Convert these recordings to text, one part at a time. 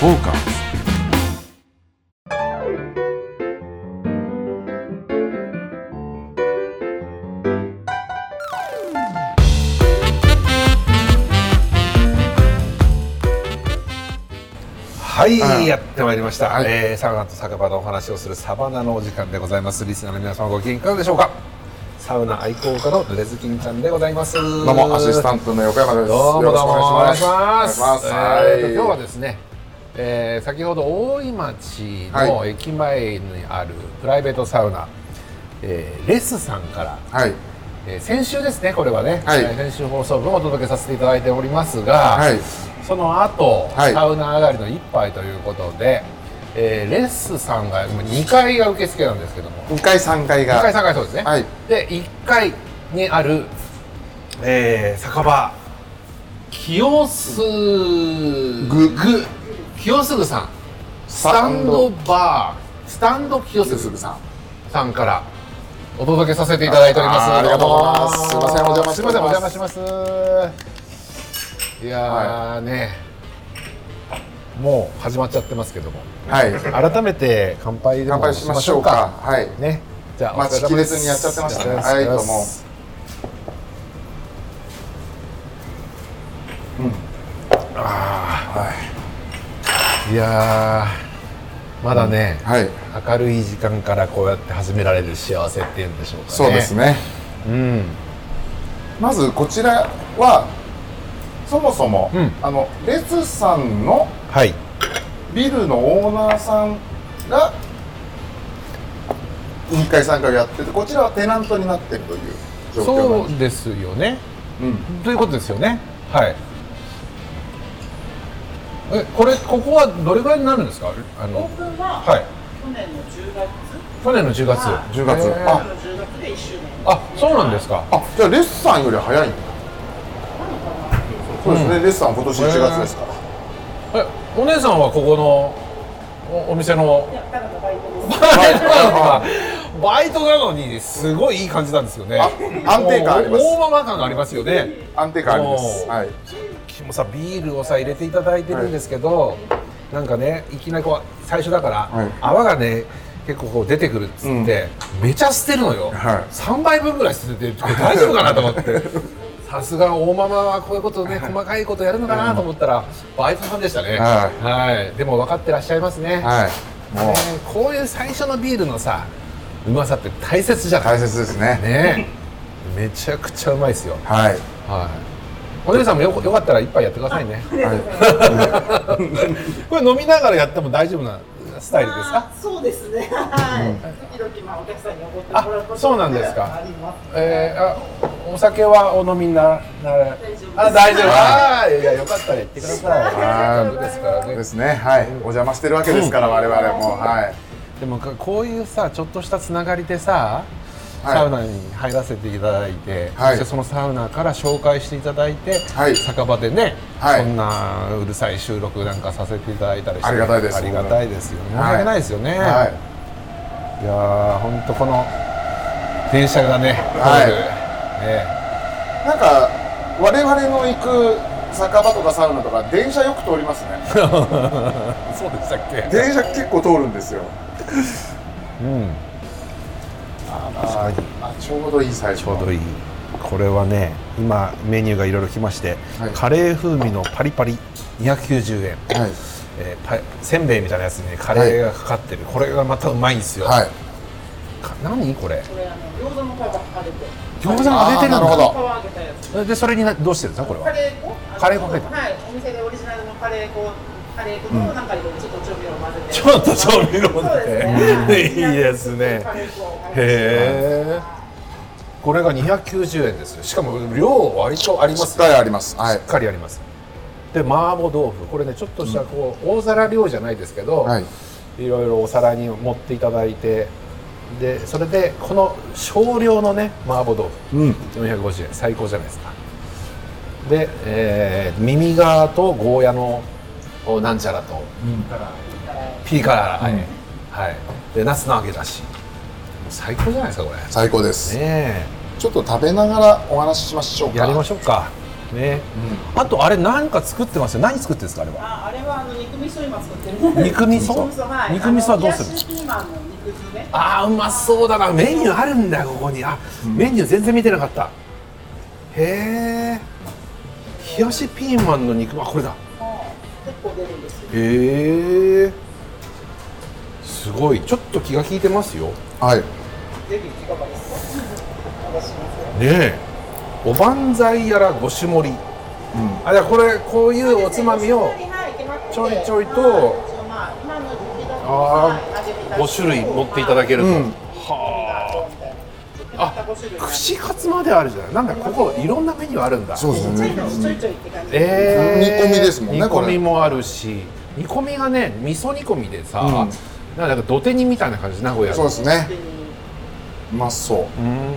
フォーカスはい、はいやってまいりました、はいえーサウナと酒場のお話をするサバナのお時間でございますリスナーの皆様ご機嫌いかがでしょうかサウナ愛好家の濡れずきんちゃんでございますどうどうもアシスタントの横山ですどうもどうもお願いしますお願いしますえーと今日ははいですね、えー先ほど大井町のは駅前にあるプライベートサウナ、えーレスさんから、はいえー先週ですねこれはね、はいえー先週放送分をお届けさせていただいておりますが、はいその後、はいサウナ上がりの一杯ということで、えーレッスさんが今2階が受付なんですけども2階3階が2階3階そうですね、はいで1階にある、えー酒場清須ぐぐ清須さんスタンドバースタンド清須さんさんからお届けさせていただいておりますあーありがとうございますすいませんお邪魔すみませんしておりおます邪魔しますいやーねもう始まっちゃってますけどもはい改めて乾杯で乾も杯ししままししょょううかかはいねじゃあ待ちきれずにやっちゃってましたねはいどうもいやーまだね、はい明るい時間からこうやって始められる幸せっていうんでしょうかねそうですねねうんまずこちらはそもそも、うんあのレスさんのはいビルのオーナーさんが2階3階をやっててこちらはテナントになってるという状況なんそですうですよねうんということですよねはいえこれここはどれぐらいになるんですかあオーのプンははい去年の10月、去年の10月はい10月へー去あ年の10月で1周年。あそうなんですかあじゃあレスさんより早いんだそうですね、レスさんは今年1月ですから、えお姉さんはここのおお店のいや、ただのバイトです。バイトなのかバイトなのにすごいいい感じなんですよねあ安定感あります大大まま感がありますよね安定感ありますおーはい私もさビールをさ入れていただいてるんですけど、なんかねいきなりこう最初だから、はい泡がね結構こう出てくるっつって、うんめちゃ捨てるのよ、はい3杯分ぐらい捨ててるこれ大丈夫かなと思って さすが大ママはこういうことね細かいことやるのかなと思ったらバイトさんでしたねははいでも分かってらっしゃいますね、はいもねうこういう最初のビールのさうまさって大切じゃない大切ですねねめちゃくちゃうまいですよはいはいお姉さんもよよかったら一杯やってくださいね これ飲みながらやっても大丈夫なスタイルですかあそうですね。はい。時々、まあ、お客さんにおごってもらうことあそうなんですかあります。えー、あお酒はお飲みにならなら大丈夫ですあ大丈夫あーいやよかったら言ってくださいはいそうですからねですねはいお邪魔してるわけですから、我々もはいでもかこういうさちょっとしたつながりでさ、はいサウナに入らせていただいて、はいそしてそのサウナから紹介していただいて、はい酒場でね、はいそんなうるさい収録なんかさせていただいたりしてありがたいですありがたいですよね申しはい訳ないですよね、はいい、やー本当この電車がねはいなんか我々の行く酒場とかサウナとか電車よく通りますね 通るそうでしたっけ電車結構通るんですようんああちょうどいいサイズちょうどいいこれはね今メニューがいろいろ来まして、はいカレー風味のパリパリ290円はいえーパイせんべいみたいなやつにねカレーがかかってる、これがまたうまいんですよ、はいか何これこれ、あの、餃子の皮が剥がれて、餃子が出てるんあーなるほだど皮を揚げたやつ。でそれになどうしてるんですかこれカはレー粉あのカレー粉入ってるはい。お店でオリジナルのカレー粉、カレー粉と、なんかいろいろちょっと調味料を混ぜて。ちょっと調味料を混ぜてていいですねカレー粉を混ぜてへえこれが290円ですよしかも量割とありましっすねかりありますはいしっかりありますで麻婆豆腐これねちょっとしたこう、大皿量じゃないですけど、はいいろいろお皿に盛っていただいてでそれでこの少量のね麻婆豆腐、うん450円最高じゃないですかで、えー、耳側とゴーヤのおなんちゃらと、ピリ辛はい、はい、でナスの揚げだし最高じゃないですかこれ最高です、ねちょっと食べながらお話ししましょうえかやりましょうかね、あとあれ何か作ってますよ何作ってるんですかあれはああれはあの肉味噌今作ってる 肉味噌はい肉味噌はどうするあの冷やしピーマンの肉酢ねああうまそうだなメニューあるんだよここにあ、メニュー全然見てなかったへえ冷やしピーマンの肉あこれだもう結構出るんですけどへえすごいちょっと気が利いてますよねはいぜひいかがですか私もえおばんざいやらごし盛り、うん、あじゃあこれこういうおつまみをちょいちょいとああ5種類持っていただけると、うんはあああ串カツまであるじゃないなんだここいろんなメニューあるんだそうですちょいねちょいちょいちょいって感じでえー煮込みですもんね煮こ込れみもあるし煮込みがね味噌煮込みでさ、うなんか土手煮みたいな感じ名古屋のそうですねうまそううん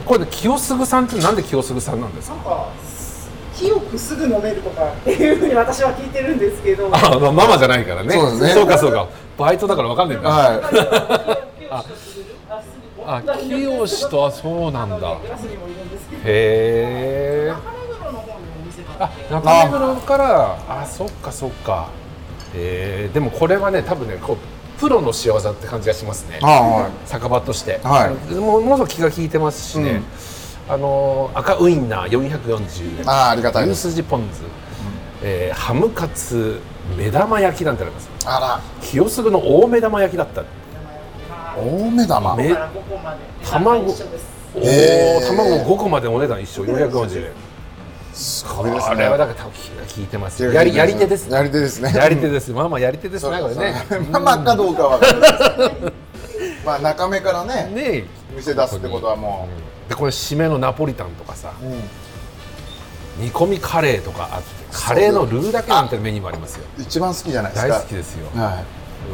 これね清嗣さんってなんで清嗣さんなんですかなんか清くすぐ飲めるとかっていうふうに私は聞いてるんですけどあまあママじゃないからねそうですねそうかそうかバイトだからわかんないんだ、はあ清とはそうなんだガスにもいるんですけどへえ中目黒の方のお店がああって中目黒からあそっかそっかえー、でもこれはね多分ねこうプロの仕業って感じがしますねいは酒場として、はいもうものすごく気が利いてますしね、あの赤ウインナー440い円ああありがたいで牛すすじポン酢、えーハムカツ目玉焼きなんてありますあ清須の大目玉焼きだったら大目玉めからここまで卵一緒ですおへおー卵5個までお値段一緒440円すこごれいですねはだから多分気が利いてますよやりやり手ですねやり手ですねやり手ですまあまあやり手ですねこれねねまあまあかどうかは分か りませんまあ中目からねね店出すってことはもでこれ締めのナポリタンとかさう、うん煮込みカレーとかあってカレーのルーだけなんてメニューもありますよ一番好きじゃないです大か好きですよは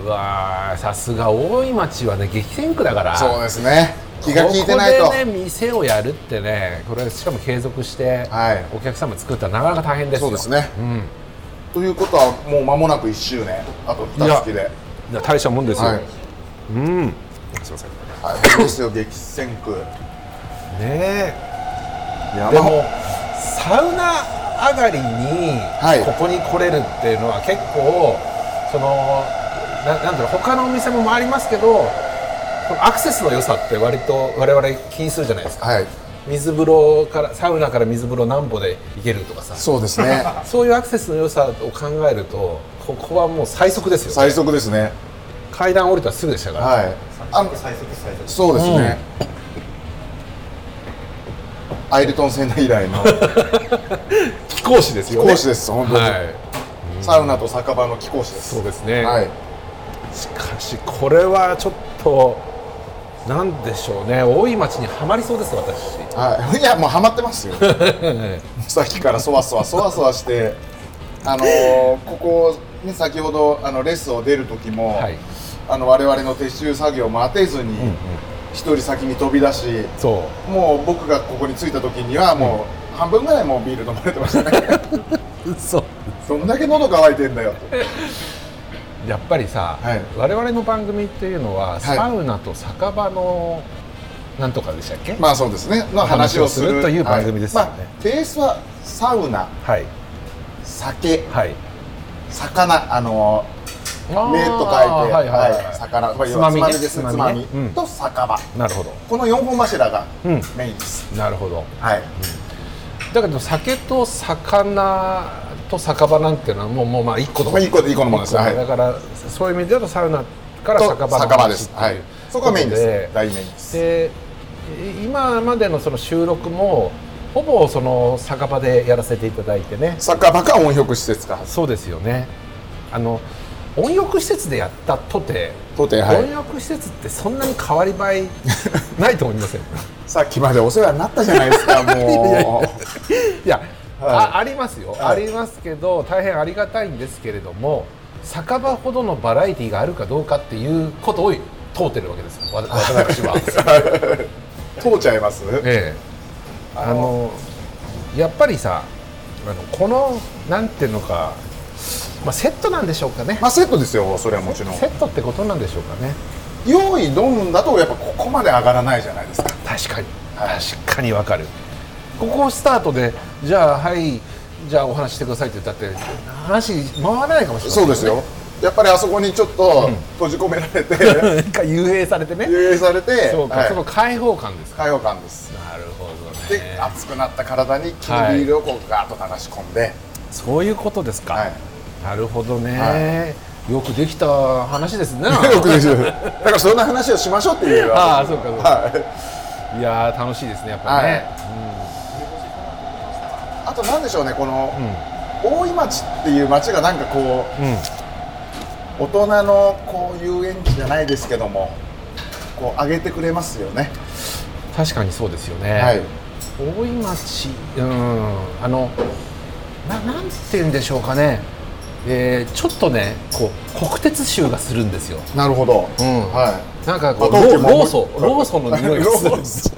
うわーさすが大井町はね激戦区だからいそうですね気が利いてないとここでね店をやるってねこれしかも継続して、はいお客様作ったらなかなか大変ですよそうですねうんということはもう間もなく1周年あと2月でいや大したもんですよ、はいうんすいませんはいそうですよ激戦区ねえ山でもサウナ上がりにはいここに来れるっていうのは結構そのななんだろう他のお店も回りますけどこのアクセスの良さって割と我々気にするじゃないですかはい水風呂からサウナから水風呂何歩で行けるとかさそうですねそういうアクセスの良さを考えるとここはもう最速ですよ、最ね、速ですね階段降りたらすぐでしたから、はいあの最速最速そうですね、アイルトン戦以来の貴公子ですよね貴公子です本当にはい、サウナと酒場の貴公子ですそうですね、はいしかしこれはちょっとなんでしょうね大井町にはまりそうです私 はい、いやもうハマってますよさっきからそわそわそわそわしてあのーここ、ね、先ほどあのレッスンを出る時も、はいあの我々の撤収作業も当てずに一、人先に飛び出しそもう僕がここに着いた時にはもう半分ぐらいもうビール飲まれてまし たねう嘘どんだけ喉乾いてんだよとやっぱりさ、はい我々の番組っていうのは、サウナと酒場のなんとかでしたっけ、まあそうですねの話をす話をするるという番組ですよねはいまあ、ベースはサウナはい酒はい魚あのー目と書いて、はいはいはい魚、まあつまみねですね、つつままみねみうんと酒場。なるほどこの四本柱がうんメインです。なるほどはい。だけど酒と魚と酒場なんていうのはもうもうまあ一個とまあ一個で一個のものです一はいだからそういう意味ではサウナからと酒場の話酒場です。はいってう。そこがメインこでとす。大メインです。で今までのその収録もほぼその酒場でやらせていただいてね酒場か温浴施設か。そうですよねあの温浴施設でやったとて、とてはい温浴施設ってそんなに変わり映えないと思いませんさっきまでお世話になったじゃないで すか。もいや、はいあありますよ、はいありますけど大変ありがたいんですけれども酒場ほどのバラエティーがあるかどうかっていうことを問うてるわけですよわ私 は。う通っちゃいます。ええ、あのやっぱりさあのこのなんていうのか、まあ、セットなんでしょうかね、まあセットですよ。それはもちろん。セットってことなんでしょうかね用意どんだとやっぱここまで上がらないじゃないですか。確かにはい確かにわかるここスタートでじゃあはいじゃあお話ししてくださいって言ったって話回らないかもしれない、そうですよやっぱりあそこにちょっと閉じ込めら れて一回幽閉されてね幽閉されてそうか、はいその開放感ですか開放感ですなるほどでね熱くなった体に木のビールをこうガーッと流し込んで、そういうことですか、はいなるほどね、はよくできた話です ねよくですだからそんな話をしましょうっていうああそうかそうかはいいやー楽しいですねやっぱりね、あとなんでしょうねこの、大井町っていう町がなんかこう、大人のこう遊園地じゃないですけどもこう上げてくれますよね、確かにそうですよね、はい大井町うんあのななんて言うんでしょうかね、えーちょっとねこう国鉄臭がするんですよなるほど、んはなんかこうあロ同期ーもローソン ローソンの匂いがするんです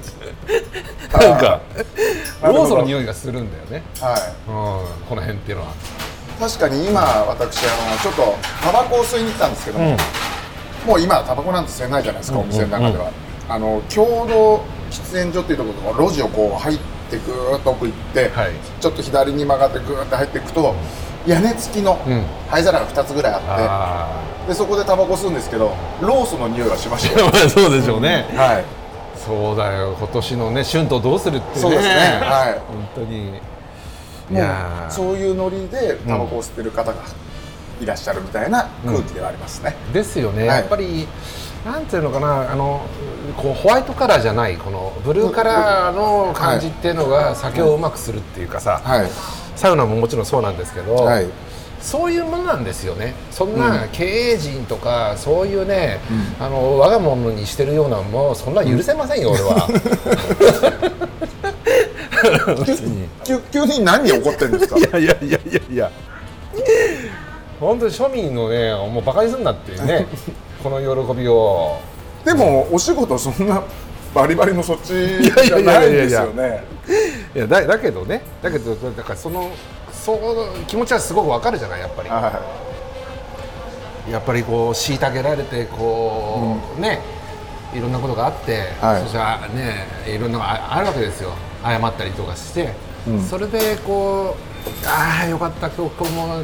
なんかローソンの匂いがするんだよね、い、はうん、この辺っていうのは、い、確かに今私あのちょっとタバコを吸いに来たんですけども、もう今タバコなんて吸えないじゃないですか、お店の中では、あの共同喫煙所っていうところの路地をこう入ってぐーっと奥行って、はいちょっと左に曲がってぐーっと入っていくと屋根付きのうん灰皿が2つぐらいああって、でそこでタバコ吸うんですけどローソンの匂いがし ましたよあそうでしょうね、はいそうだよ今年のね春闘どうするってねそうですねはい本当にいもやーうそういうノリでタバコを吸ってる方がいらっしゃるみたいな空気ではありますね、ですよね、はいやっぱりなんていうのかなあのこうホワイトカラーじゃないこのブルーカラーの感じっていうのが酒をうまくするっていうかさ、はいサウナももちろんそうなんですけど、 はいそういうものなんですよねそんな経営陣とかそういうね、あの我が物にしてるようなのもそんな許せませんよ、俺 は急急に何に怒ってるんですかいやいやいやいや本当に庶民のねもうバカにすんなっていう ねこの喜びをでもお仕事そんなバリバリのそっちじゃないんですよねいやだだけどねだけどだからそのそう気持ちはすごくわかるじゃないやっぱりはやっぱりこう虐げられてこう、ねいろんなことがあって、はいそしてあねいろんなのがああるわけですよ謝ったりとかして、それでこうああよかった今日今日も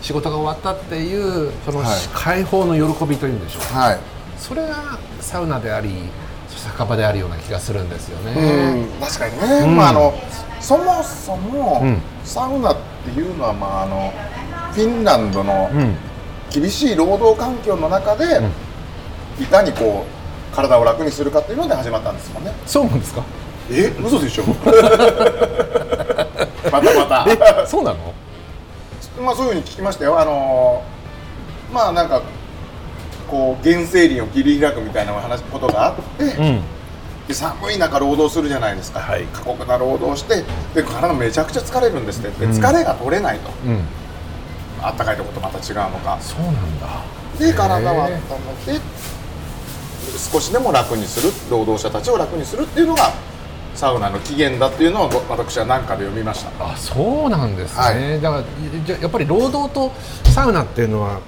仕事が終わったっていうその、はい解放の喜びというんでしょういはいそれがサウナでありそして酒場であるような気がするんですよね、うん確かにね、まあ、あのそもそも、んサウナっていうのは、まあ、あのフィンランドのん厳しい労働環境の中で、いかにこう体を楽にするかっていうので始まったんですもんねそうなんですかえ嘘でし ょまたまた、そうなのまあ、そういうふうに聞きましたよあのまあなんかこう原生林を切り開くみたいな話ことがあって、うんで寒い中労働するじゃないですか、はい過酷な労働してで体めちゃくちゃ疲れるんですってで疲れが取れないと、うんあったかいとことまた違うのかそうなんだで体を温めて少しでも楽にする労働者たちを楽にするっていうのがサウナの起源だっていうのをご私は何かで読みましたあそうなんですね、はいだからじゃやっぱり労働とサウナっていうのは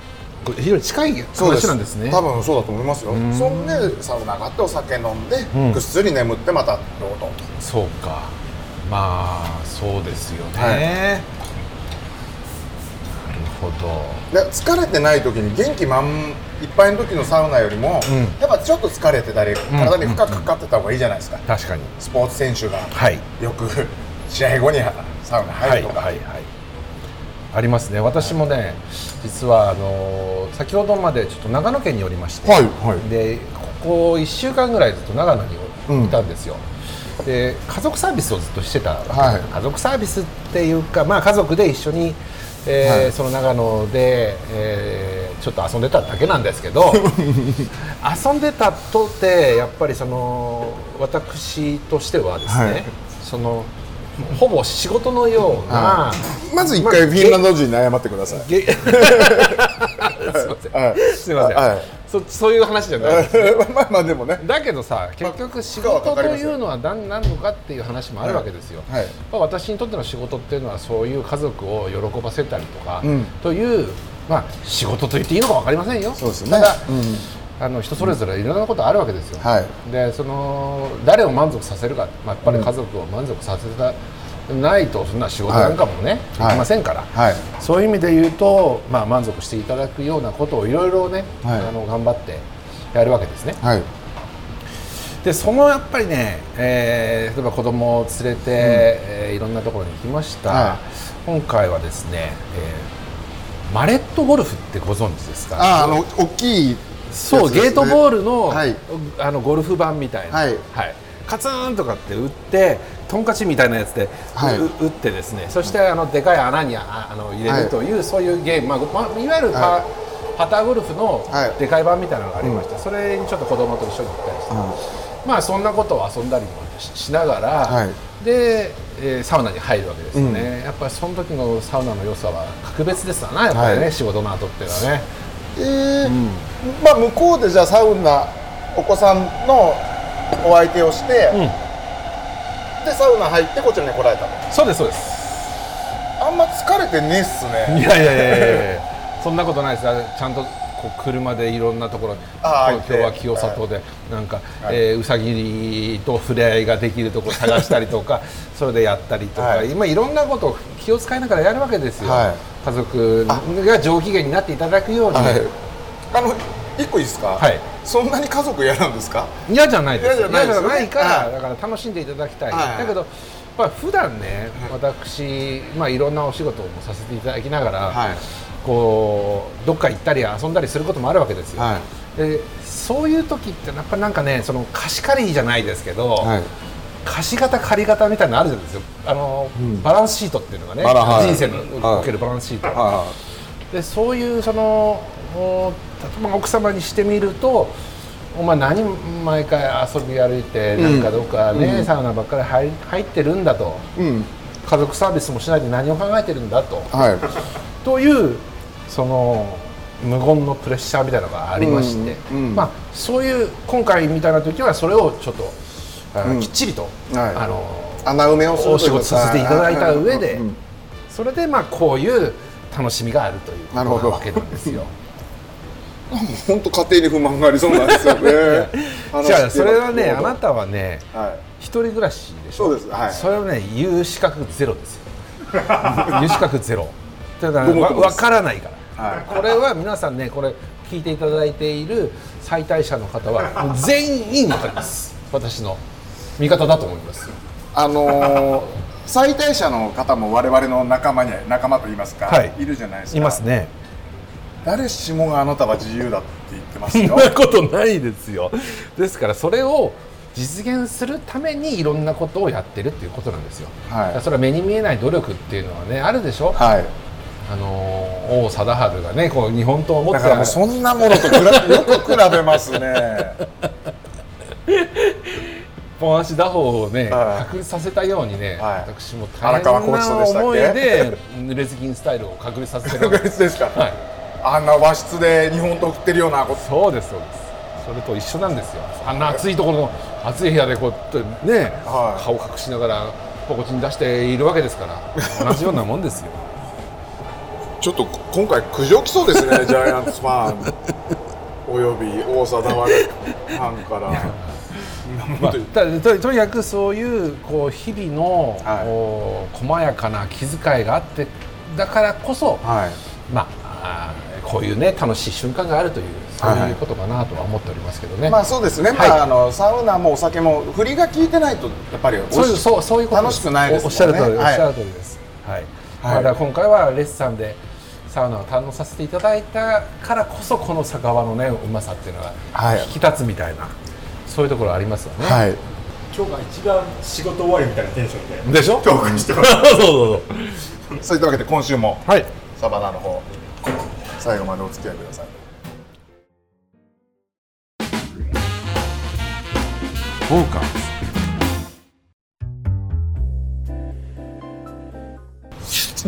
こう非常に近い話なんですね多分そうだと思いますよんそんでサウナ上がってお酒飲んで、うんぐっすり眠ってまた労働とそうかまあそうですよね、はいなるほどで疲れてない時に元気満いっぱいの時のサウナよりも、うんやっぱちょっと疲れてたり体に負荷かかってた方がいいじゃないですか、確かにスポーツ選手がはいよく 試合後にサウナは入いるはといか、はいありますね私もね実はあの先ほどまでちょっと長野県におりまして、はいはいでここ1週間ぐらいずっと長野にいたんですよ、で家族サービスをずっとしてたわけ、はい家族サービスっていうか、まあ、家族で一緒に、えーはいその長野で、えーちょっと遊んでただけなんですけ ど遊んでたとてやっぱりその私としてはですね、はいそのほぼ仕事のような、はまず一まあ回フィンランド人に謝ってください、げ すいません、はいすいません、はいそ そういう話じゃないです まあまあでもねだけどさ結局仕負荷はか事とかりますいようのは何なのかっていう話もあるわけですよ、はいはいまあ私にとっての仕事っていうのはそういう家族を喜ばせたりとか、うんという、まあ、仕事と言っていいのか分かりませんよそうですねただ、うんあの人それぞれいろんなことあるわけですよ、はいでその誰を満足させるか、まあ、やっぱり家族を満足させたないとそんな仕事なんかもね、はいできませんから、はいそういう意味で言うと、まあ、満足していただくようなことをいろいろね、はいあの頑張ってやるわけですね。はいでそのやっぱりね、えー例えば子供を連れて、えーいろんなところに行きました、は今回はですね、えーマレットゴルフってご存知ですかああの大きいそう、やつですゲねートボールの,、はいあのゴルフ版みたいな、はいカツンとかって打ってトンカチみたいなやつで、はいう打ってですねそしてあのでかい穴にああの入れはるいという、そういうゲーム、まあごまあ、いわゆるパ,、はパターゴルフのはいでかい版みたいなのがありまして、それにちょっと子供と一緒に行ったりして、まあそんなことを遊んだりもししながら、はいで、えーサウナに入るわけですよね、やっぱりその時のサウナの良さは格別ですわなやっぱりね、はい仕事の後っていうのはね。えーまあ向こうでじゃあサウナお子さんのお相手をして、んでサウナ入ってこちらに来られたのそうですそうですあんま疲れてねえっすねいやいやいやいやいやそんなことないですあちゃんとこう車でいろんなところにあー今日は清里でなんか、えーうさぎと触れ合いができるところ探したりと かそれでやったりとか、はい今いろんなことを気を使いながらやるわけですよ、はい家族が上機嫌になっていただくように、ははいいあの一個いいですか、そんなに家族嫌なんですか嫌じゃないです嫌じゃないですよね嫌じゃないから、はいだから楽しんでいただきたい、はいだけどまあ普段ね私、まあ、いろんなお仕事をさせていただきながら、はいこうどっか行ったり遊んだりすることもあるわけですよ、はでそういう時ってやっぱなんかねその貸し借りじゃないですけど、はい貸し方借り方みたいなのあるじゃないですかあの、バランスシートっていうのがね、あらはい人生のおけるバランスシート、あでそういうそのお例えば奥様にしてみるとお前何毎回遊び歩いてなんかどっかね、サウナばっかり入入ってるんだとうん家族サービスもしないで何を考えてるんだとはいというその無言のプレッシャーみたいなのがありまして、うんうんまあ、そういう今回みたいな時はそれをちょっと、あのきっちりと、はいあの穴埋めをするお仕事させていただいた上で、うんそれでまあこういう楽しみがあるということななるほどわけなんですよ。本当家庭に不満がありそうなんですよ ねじゃあそれはねあなたたはねは一い人暮らしでしょそうですはいそれはね言う資格ゼロ ですよ言う資格ゼロただごもっわともです分からないからはいこれは皆さんねこれ聞いていただいている再退者の方は全員分かります私の味方だと思いますあのー、 再退者の方も我々の仲間に仲間と言いますか、はいい、るじゃないですかいますね誰しもがあなたは自由だって言ってますそん よなことないですよですからそれを実現するためにいろんなことをやってるっていうことなんですよ、はいだからそれは目に見えない努力っていうのはねあるでしょ、はいあのー王貞治がねこう日本刀を持だっからもうてそんなものと比べよく比べます ね本足打法をねはい確立させたようにね、はい私も大荒変川コーチとでしたなっけ思いで濡れずきんスタイルを確立させてるわけですです かはいあんな和室で日本刀振ってるようなことそうですそうですそれと一緒なんですよあんな暑いところの暑い部屋でこうやってね、はい顔隠しながらポコチン出しているわけですから同じようなもんですよ ちょっと今回苦情来そうです ねジャイアンツファンおよび大貞治ファンからまあ、たととにかくそういうこう日々の、はいこう細やかな気遣いがあってだからこそ、はいまあ、あーこういうね楽しい瞬間があるというそうはいいうことかなとは思っておりますけどね、まあそうですね、はいまああのサウナもお酒も振りが効いてないとやっぱり美味しそういうそうそういうこと楽しくないですおおもんっねしゃる通り、はいおっしゃる通りですはい、はいまあだから今回はレッサンでサウナを堪能させていただいたからこそこの酒場のねうまさっていうのがはい引き立つみたいな、そういうところあり ますよね、はい今日が一番仕事終わりみたいなテンションででしょそう共感してますそうそう そういったわけで今週もはいサバナの方最後までお付き合いくださいそうか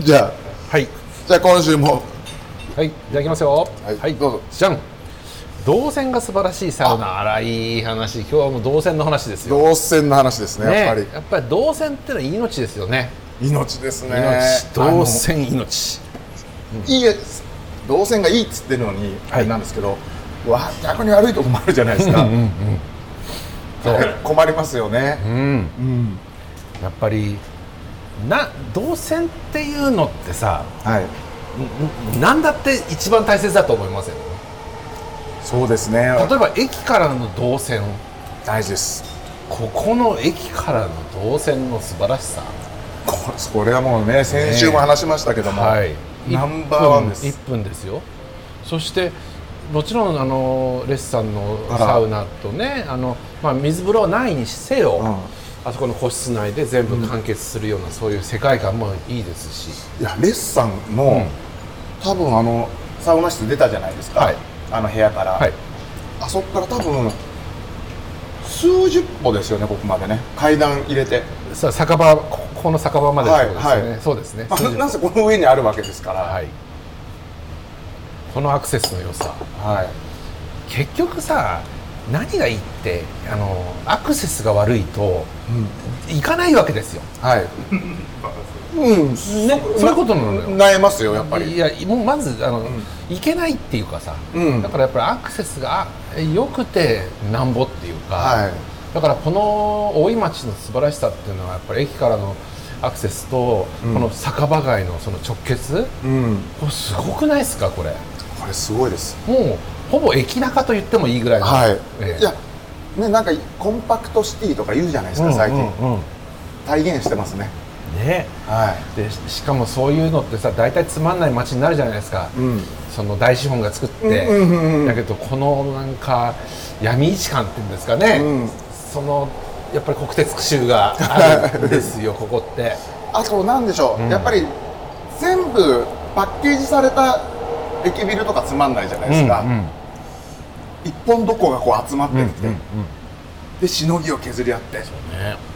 じゃあはいじゃあ今週もはい、いただきますよ。はいどうぞじゃん。動線が素晴らしいサウナ、あらいい話、今日はもう動線の話ですよ。動線の話ですねね、やっぱりやっぱり動線ってのは命ですよね。命ですね命、動線命。あのいいやつ動線がいいっつってるのはにいあれなんですけど、わ逆に悪いとこもあるじゃないですかそう、困りますよね、うん、やっぱりな動線っていうのってさはい何だって一番大切だと思いませんそうですね例えば駅からの動線大事ですここの駅からの動線の素晴らしさここれはもうね先週も話しましたけども、はい、ナンバーワンです1分ですよそしてもちろんあのレスさんのあらサウナとねあの、まあ、水風呂はないにせよ、うんあそこの個室内で全部完結するような、そういう世界観もいいですし、いやレッサンの、多分あのサウナ室出たじゃないですか、はいあの部屋から、はい、あそこから多分数十歩ですよねここまでね階段入れて、さ酒場ここの酒場までってことですよね、はいはいそうですね、まあ、なぜこの上にあるわけですから、はい、このアクセスの良さはい結局さ何がいいってあのアクセスが悪いと行かないわけですよはい。 うん、ねそういうことなのよ悩えますよ、やっぱり。いやもうまずあの、ん行けないっていうかさ、うんだからやっぱりアクセスが良くてなんぼっていうか、はいだからこの大井町の素晴らしさっていうのはやっぱり駅からのアクセスと、んこの酒場街のその直結うん、これすごくないですかこれこれすごいです。もうほぼ駅中と言ってもいいぐらいの、はい。ええいや、ね、なんかコンパクトシティとか言うじゃないですか、最近。うんうんうん体現してますね。ねはい。でししかもそういうのってさ大体つまんない街になるじゃないですか、うんその大資本が作って、うんうんうんうんだけどこのなんか闇市感っていうんですかね、うんそのやっぱり国鉄州があるんです よここってあと、なんでしょう、んやっぱり全部パッケージされた駅ビルとかつまんないじゃないですか。うんうん一本どこがこう集まってきて、うんで、しのぎを削り合って。ね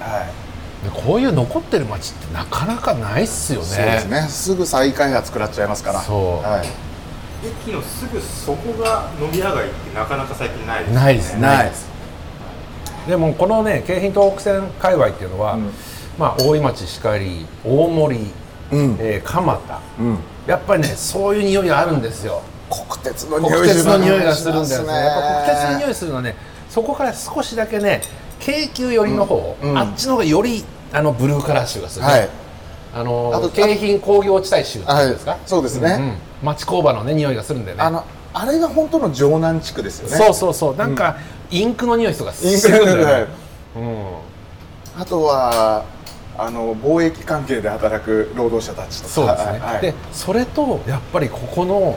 はい。でこういう残ってる街ってなかなかないっすよねそうですね。すぐ再開発食らっちゃいますから。そうはい。駅のすぐそこが飲み屋街ってなかなか最近ないですないですねないですでもこのね京浜東北線界隈っていうのは、うんまあ、大井町しかり大森、うんえー蒲田うん。やっぱりねそういう匂いがあるんですよ国鉄の国匂い鉄の匂いがするんだよねやっぱ国鉄の匂いいするのはねそこから少しだけね京急寄りの方、うんうんあっちの方がよりあのブルーカラー臭がする、ねはいあのあと京浜工業地帯臭っていうんですか、はいそうですねんん町工場のね匂いがするんだよねあのあれが本当の城南地区ですよねそうそうそうなんか、インクの匂いとかすインるんだよね、 はいうんあとはあの貿易関係で働く労働者たちとかそうですね、はいでそれとやっぱりここの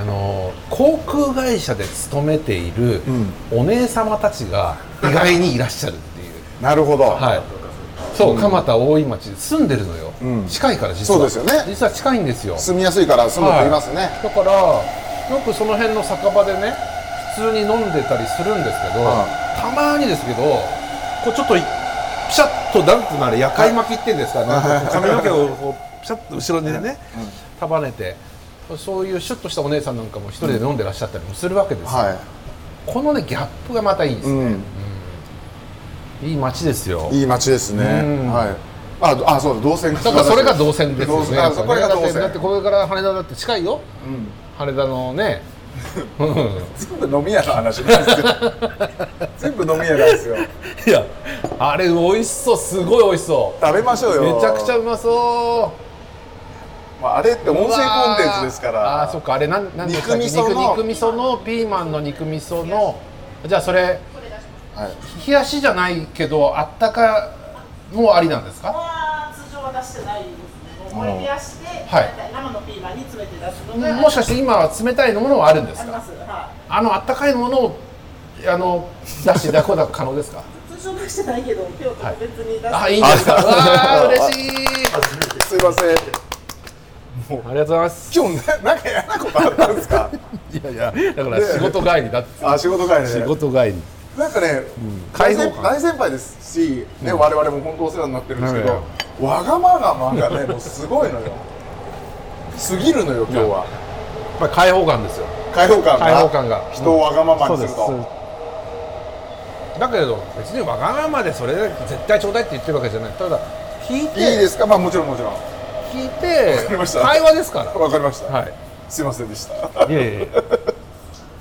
あの航空会社で勤めているお姉様たちが意外にいらっしゃるっていう、なるほど、はいそう蒲田大井町住んでるのよ、うん近いから実はそうですよね実は近いんですよ住みやすいから住むといますね、だからよくその辺の酒場でね普通に飲んでたりするんですけど、はたまにですけどこうちょっといピシャッとなんてなる夜会巻きっていうんですかねはい髪の毛をこうピシャッと後ろにね束ねてそういうシュッとしたお姉さんなんかも一人で飲んでらっしゃったりもするわけですよ、はこのねギャップがまたいいでい、すね、うん、いい街ですよいい街ですね、うんはいああそうだ動線だからそれが動線ですよ動ね線やあっぱそねこれが動だって線これから羽田だって近いようん羽田のねうん全部飲み屋の話なんですよ 全部飲み屋なんです よいやあれ美味しそうすごい美味しそ食べましょううよめちゃくちゃうまそうまあ、あれって音声コンテンツですかうわーらあーそっかあれなんなんでしたっけ肉味噌の肉肉味噌のピーマンの肉味噌のじゃあそれはい、冷やしじゃないけどあったかもありなんですかは通常は出してないですね。もうこれ冷やして、はい大体生のピーマンに詰めて出すのが、もしかして今は冷たいものはあるんですありまかす。はあのあったかいものをあの出していただくことは可能ですかい。通常出してないけど、今日特別に出して、あいいんですかあわあ嬉しいすいませんありがとうございます今日ななんか嫌なことあったんですか いやいやだから仕事帰りだってあ仕事帰りで仕事帰りなんかね、開大放先感大先輩ですし、ね我々も本当お世話になってるんですけど、はわがまがまがねもうすごいのよ過ぎるのよ今日はやっぱり開放感ですよ開放感が開放感が人をわがままそにうすですると、だけれど別にわがままでそれで絶対ちょうだいって言ってるわけじゃないただ聞いていいですかまあもちろんもちろんわ聞いてかりました会話ですからかりました、はいすいませんでしたいやいやいや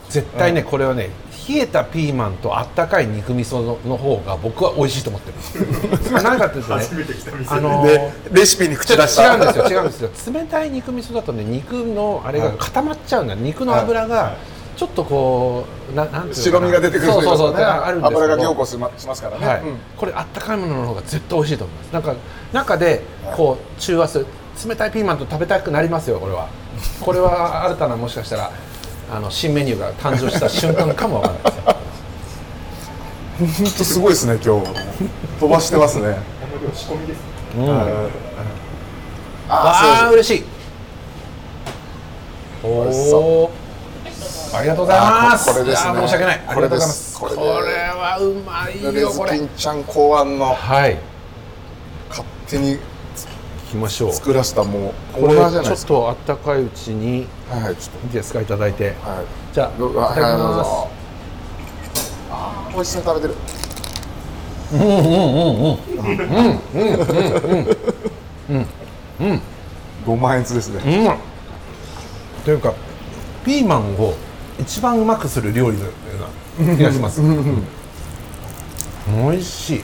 絶対ね、これはね冷えたピーマンとあったかい肉味噌のの方が僕は美味しいと思ってるんです それは何かっていうとね初めて来た店あのでレシピにちょ口っと出し違たうんですよ違 うんですよ冷たい肉味噌だとね肉のあれが固まっちゃうんだ肉の脂がちょっとこうななんていうの白かな身が出てくるそうそうそうとっていあるんですけど油が凝固しましますからね、はいうんこれあったかいものの方が絶対美味しいと思いますなんか中でこう中和する冷たいピーマンと食べたくなりますよこれはこれは新たなもしかしたらあの新メニューが誕生した瞬間かもわからないですよ本当すごいですね今日飛ばしてますねあの量仕込みですああそうで嬉しいお味しそうおーありがとうございますあこれですねあー申し訳ないありがとうございますここれれですはうますいよこレズキれンちゃん考案のはい勝手に行きましょう作らせたもうこコれーちナーじゃないょでっすかとあったかいうちにいはいはいちょっいですかいただいてとはいじゃあいたどうだきはいどうますぞああ美味しそうに食べてるうんうんうんうんうんうんうんうん五万円ですねうんというかピーマンを一番うまくする料理のような気がします美味しい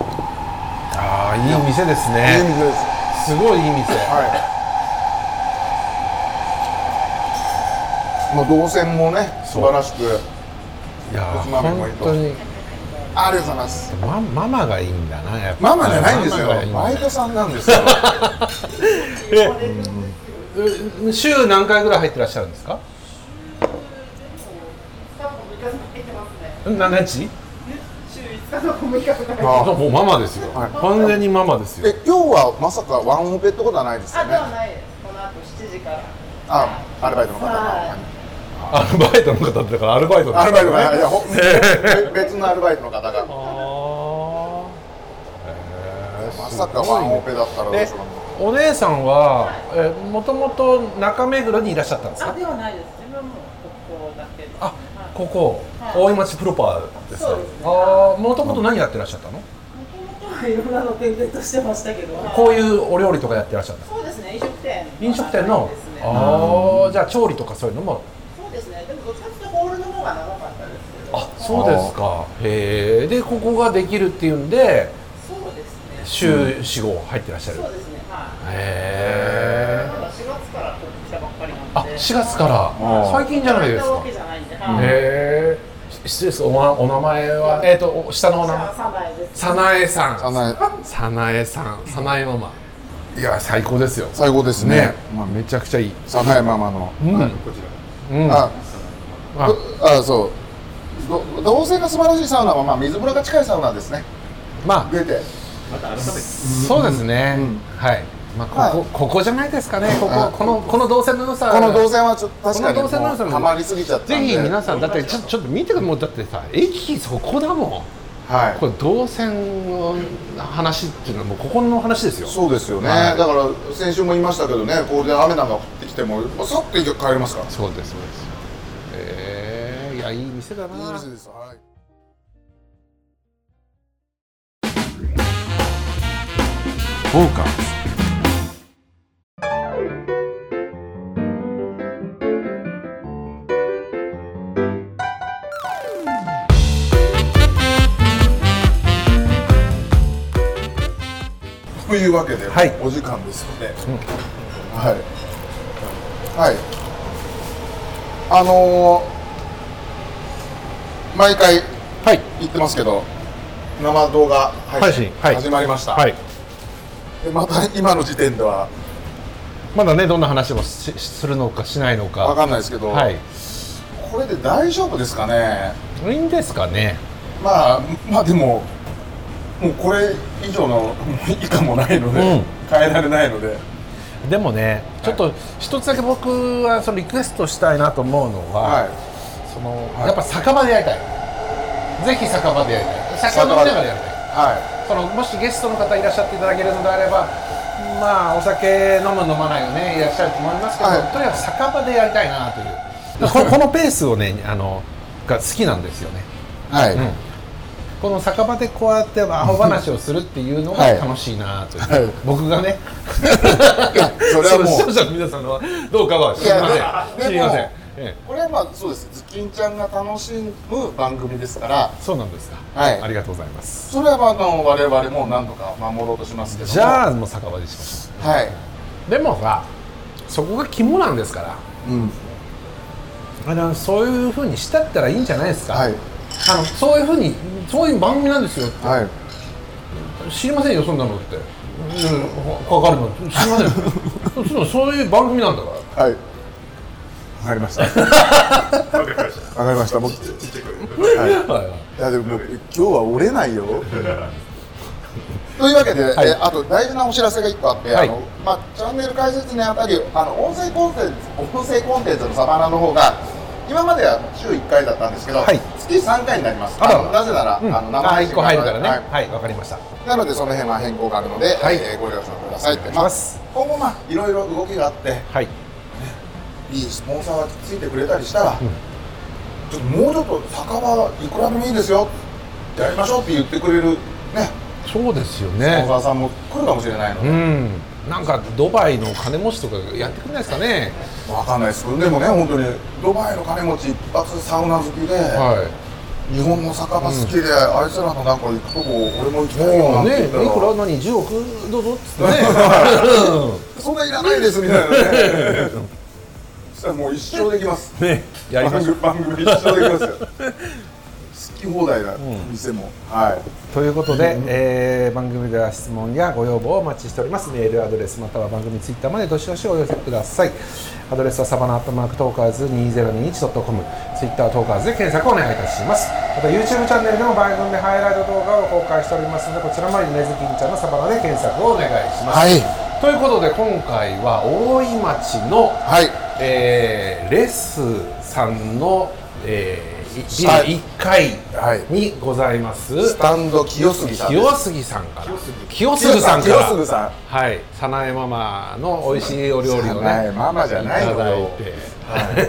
ああいい店ですいいね店ですすごいいい店はいもう動線もね素晴らしくいやーおつまみもいい本と当にありがとうございますマママがいいんだなやっぱママじゃないんですよママがいいんだバイトさんなんですよえ週何回ぐらい入ってらっしゃるんですか3本6日分入ってますね。何日週5日の小麦粉とか。あもうママですよ、はい完全にママですよえ今日はまさかワンオペってことはないですよあ、ねではないです。この後7時から。あアルバイトの方はアルバイトの方だからアルバイトアルバイトの方い ねやほ別のアルバイトの方があーへーまさかワンオペだったらどうしようかお姉さんはえもともと中目黒にいらっしゃったんですあ、かではないです。自分もここだけです。あはいここ、はい大井町プロパーですそうですねああもともと何やってらっしゃったの、もともとはいろんなの転々としてましたけど。こういうお料理とかやってらっしゃったそうですね。飲食店。飲食店の、ですねああじゃあ調理とかそういうのもそうですね。でもどっちかっていうとホールの方が長かったですけど。あそうですかへえでここができるっていうんでそうですね。週45入ってらっしゃる、そうですね。はい。へまだ4月からここ来たばっかりなんで。あ4月からあ最近じゃないです行ったかわけじゃないんで。はい。へえ失礼ですおなお名前はえっ、とお下のお名前三倍です。早苗さんあない早苗さん早苗ママいや最高ですよ最高ですねねまあめちゃくちゃいい佐賀山ママのあのこちらうんあああそうど動線が素晴らしいサウナは、まあ、水風呂が近いサウナですねまあ出てまた改めて そうですね、うんはいまあここここじゃないですかねこあここのこの動線の良さこの動線はちょっと確かにこの動線の良さもハマりすぎちゃったんでぜひ皆さんだってちょちょっと見てくださいもうだってさ駅そこだもんはいこれ動線の話っていうのはもうここの話ですよそうですよね、はいだから先週も言いましたけどね、これで雨なんか降ってきても、さっと帰りますから。そうですそうですえー、いやいい店だないい店ですはいフォーカスというわけで、はいお時間ですよね。はい。はい。あのー毎回はい言ってますけど、生動画配配信信はい始まりました。はいでまた今の時点ではまだねどんな話をししするのかしないのかわかんないですけど、はいこれで大丈夫ですかね。いいんですかねまあまあでももうこれ以上の 以下もないので、うん変えられないのででもねちょっと一つだけ僕はそのリクエストしたいなと思うのは、はいその、はいやっぱ酒場でやりたいぜひ酒場でやりたい酒場でやりたいはそのもしゲストの方いらっしゃっていただけるのであればまあお酒飲む飲まないのねいらっしゃると思いますけど、はいとにかく酒場でやりたいなというこのこのペースをねあのが好きなんですよね、いはい、うんこの酒場でこうやってアホ話をするっていうのがはい楽しいなという、はい僕がねいやそれはも視聴う者の皆さんのはどうかは知りません知いりやませんででもええこれはまあそうですズッキンちゃんが楽しむ番組ですからそうなんですか、はいありがとうございますそれはまああの我々も何とか守ろうとしますけどじゃああもう酒場でしましょはい、うでもさそこが肝なんですからうん、あのそういうふうにしたったらいいんじゃないですか、はいあのそういうふうにそういう番組なんですよはい知りませんよそんなのって、うん、かかるの知りませんよ そうそういう番組なんだからはいわかりましたわわかりましたかりました僕いちっちゃくやでももう今日は折れないよ というわけで、はいえあと大事なお知らせが1個あって、はいあのまあ、チャンネル解説にあたりあの音声コンテンツ音声コンテンツのサバナの方が今までは週1回だったんですけど、はい月3回になりますあらのなぜなら、あの生あ配一信個が入るからねはいはいわ、かりましたなのでその辺は変更があるので、はいえーご了承くださいってお願いしますあ今後まあいろいろ動きがあってはいいいスポンサーがついてくれたりしたら、ちょっともうちょっと酒場いくらでもいいですよやりましょうって言ってくれるねそうですよスポンねサーさんも来るかもしれないのうで、んなんかドバイの金持ちとかやってくれないですかねわかんないですけどでもね本当にドバイの金持ち一発サウナ好きで、はい日本の酒場好きで、あいつらのなんか行くとこ俺も行きたいよもなんうてね言いったくら、ら何10億どうぞっつってねそんないらないですみたいなねそしたらもう一生できます ねやりましょう番組一緒でいきますよ好き放題な店も、はいということで、えー番組では質問やご要望をお待ちしておりますメールアドレスまたは番組ツイッターまでどしどしお寄せくださいアドレスはサバナアットマークトーカーズ 2021.com ツイッタートーカーズで検索をお願いいたしますまた YouTube チャンネルでも番組でハイライト動画を公開しておりますのでこちらもゆねずきんちゃんのサバナで検索をお願いします、はいということで今回は大井町の、はいえーレスさんの、えー、はいビル1階はいにございます、スタンド清杉さんです清杉さんから清清杉さんか清杉らさんはい早苗ママの美味しいお料理をね早苗ママじゃないのただいよ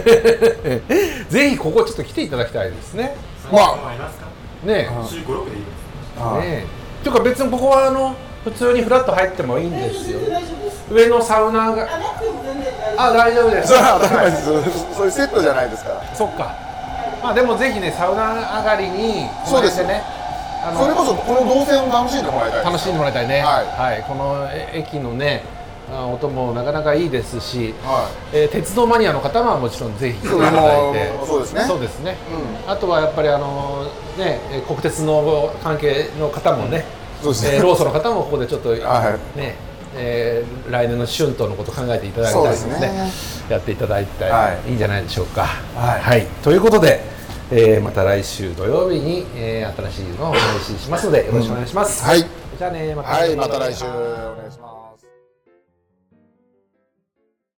て、 ぜひここちょっと来ていただきたいですねまあありますかね週5、6でいいですえねえっていうか別にここはあの普通にフラット入ってもいいん大で丈夫すでよす大丈夫です上のサウナーがあなくても全然大丈あ夫大丈夫です それは当たり前ですそうそういうセットじゃないですからそっかまあでもぜひねサウナ上がりにそうですこの辺ねあのそれこそこの動線を楽しんでもらいたい楽しんでもらいたいね、はいこの駅のねあ音もなかなかいいですし、はえー鉄道マニアの方はもちろんぜひ来ていそたれもだいてそうですねそうですね、あとはやっぱりあのーねえー国鉄の関係の方もね,、そうですねえー労組の方もここでちょっと、はねえー来年の春闘のことを考えていただきたいですねそうですねやっていただいたはらいいんじゃないでしょうか、はいということで、えーまた来週土曜日に、えー新しいのをお話ししますのでよろしくお願いします、はいじゃあねまたはいまた来週お願いします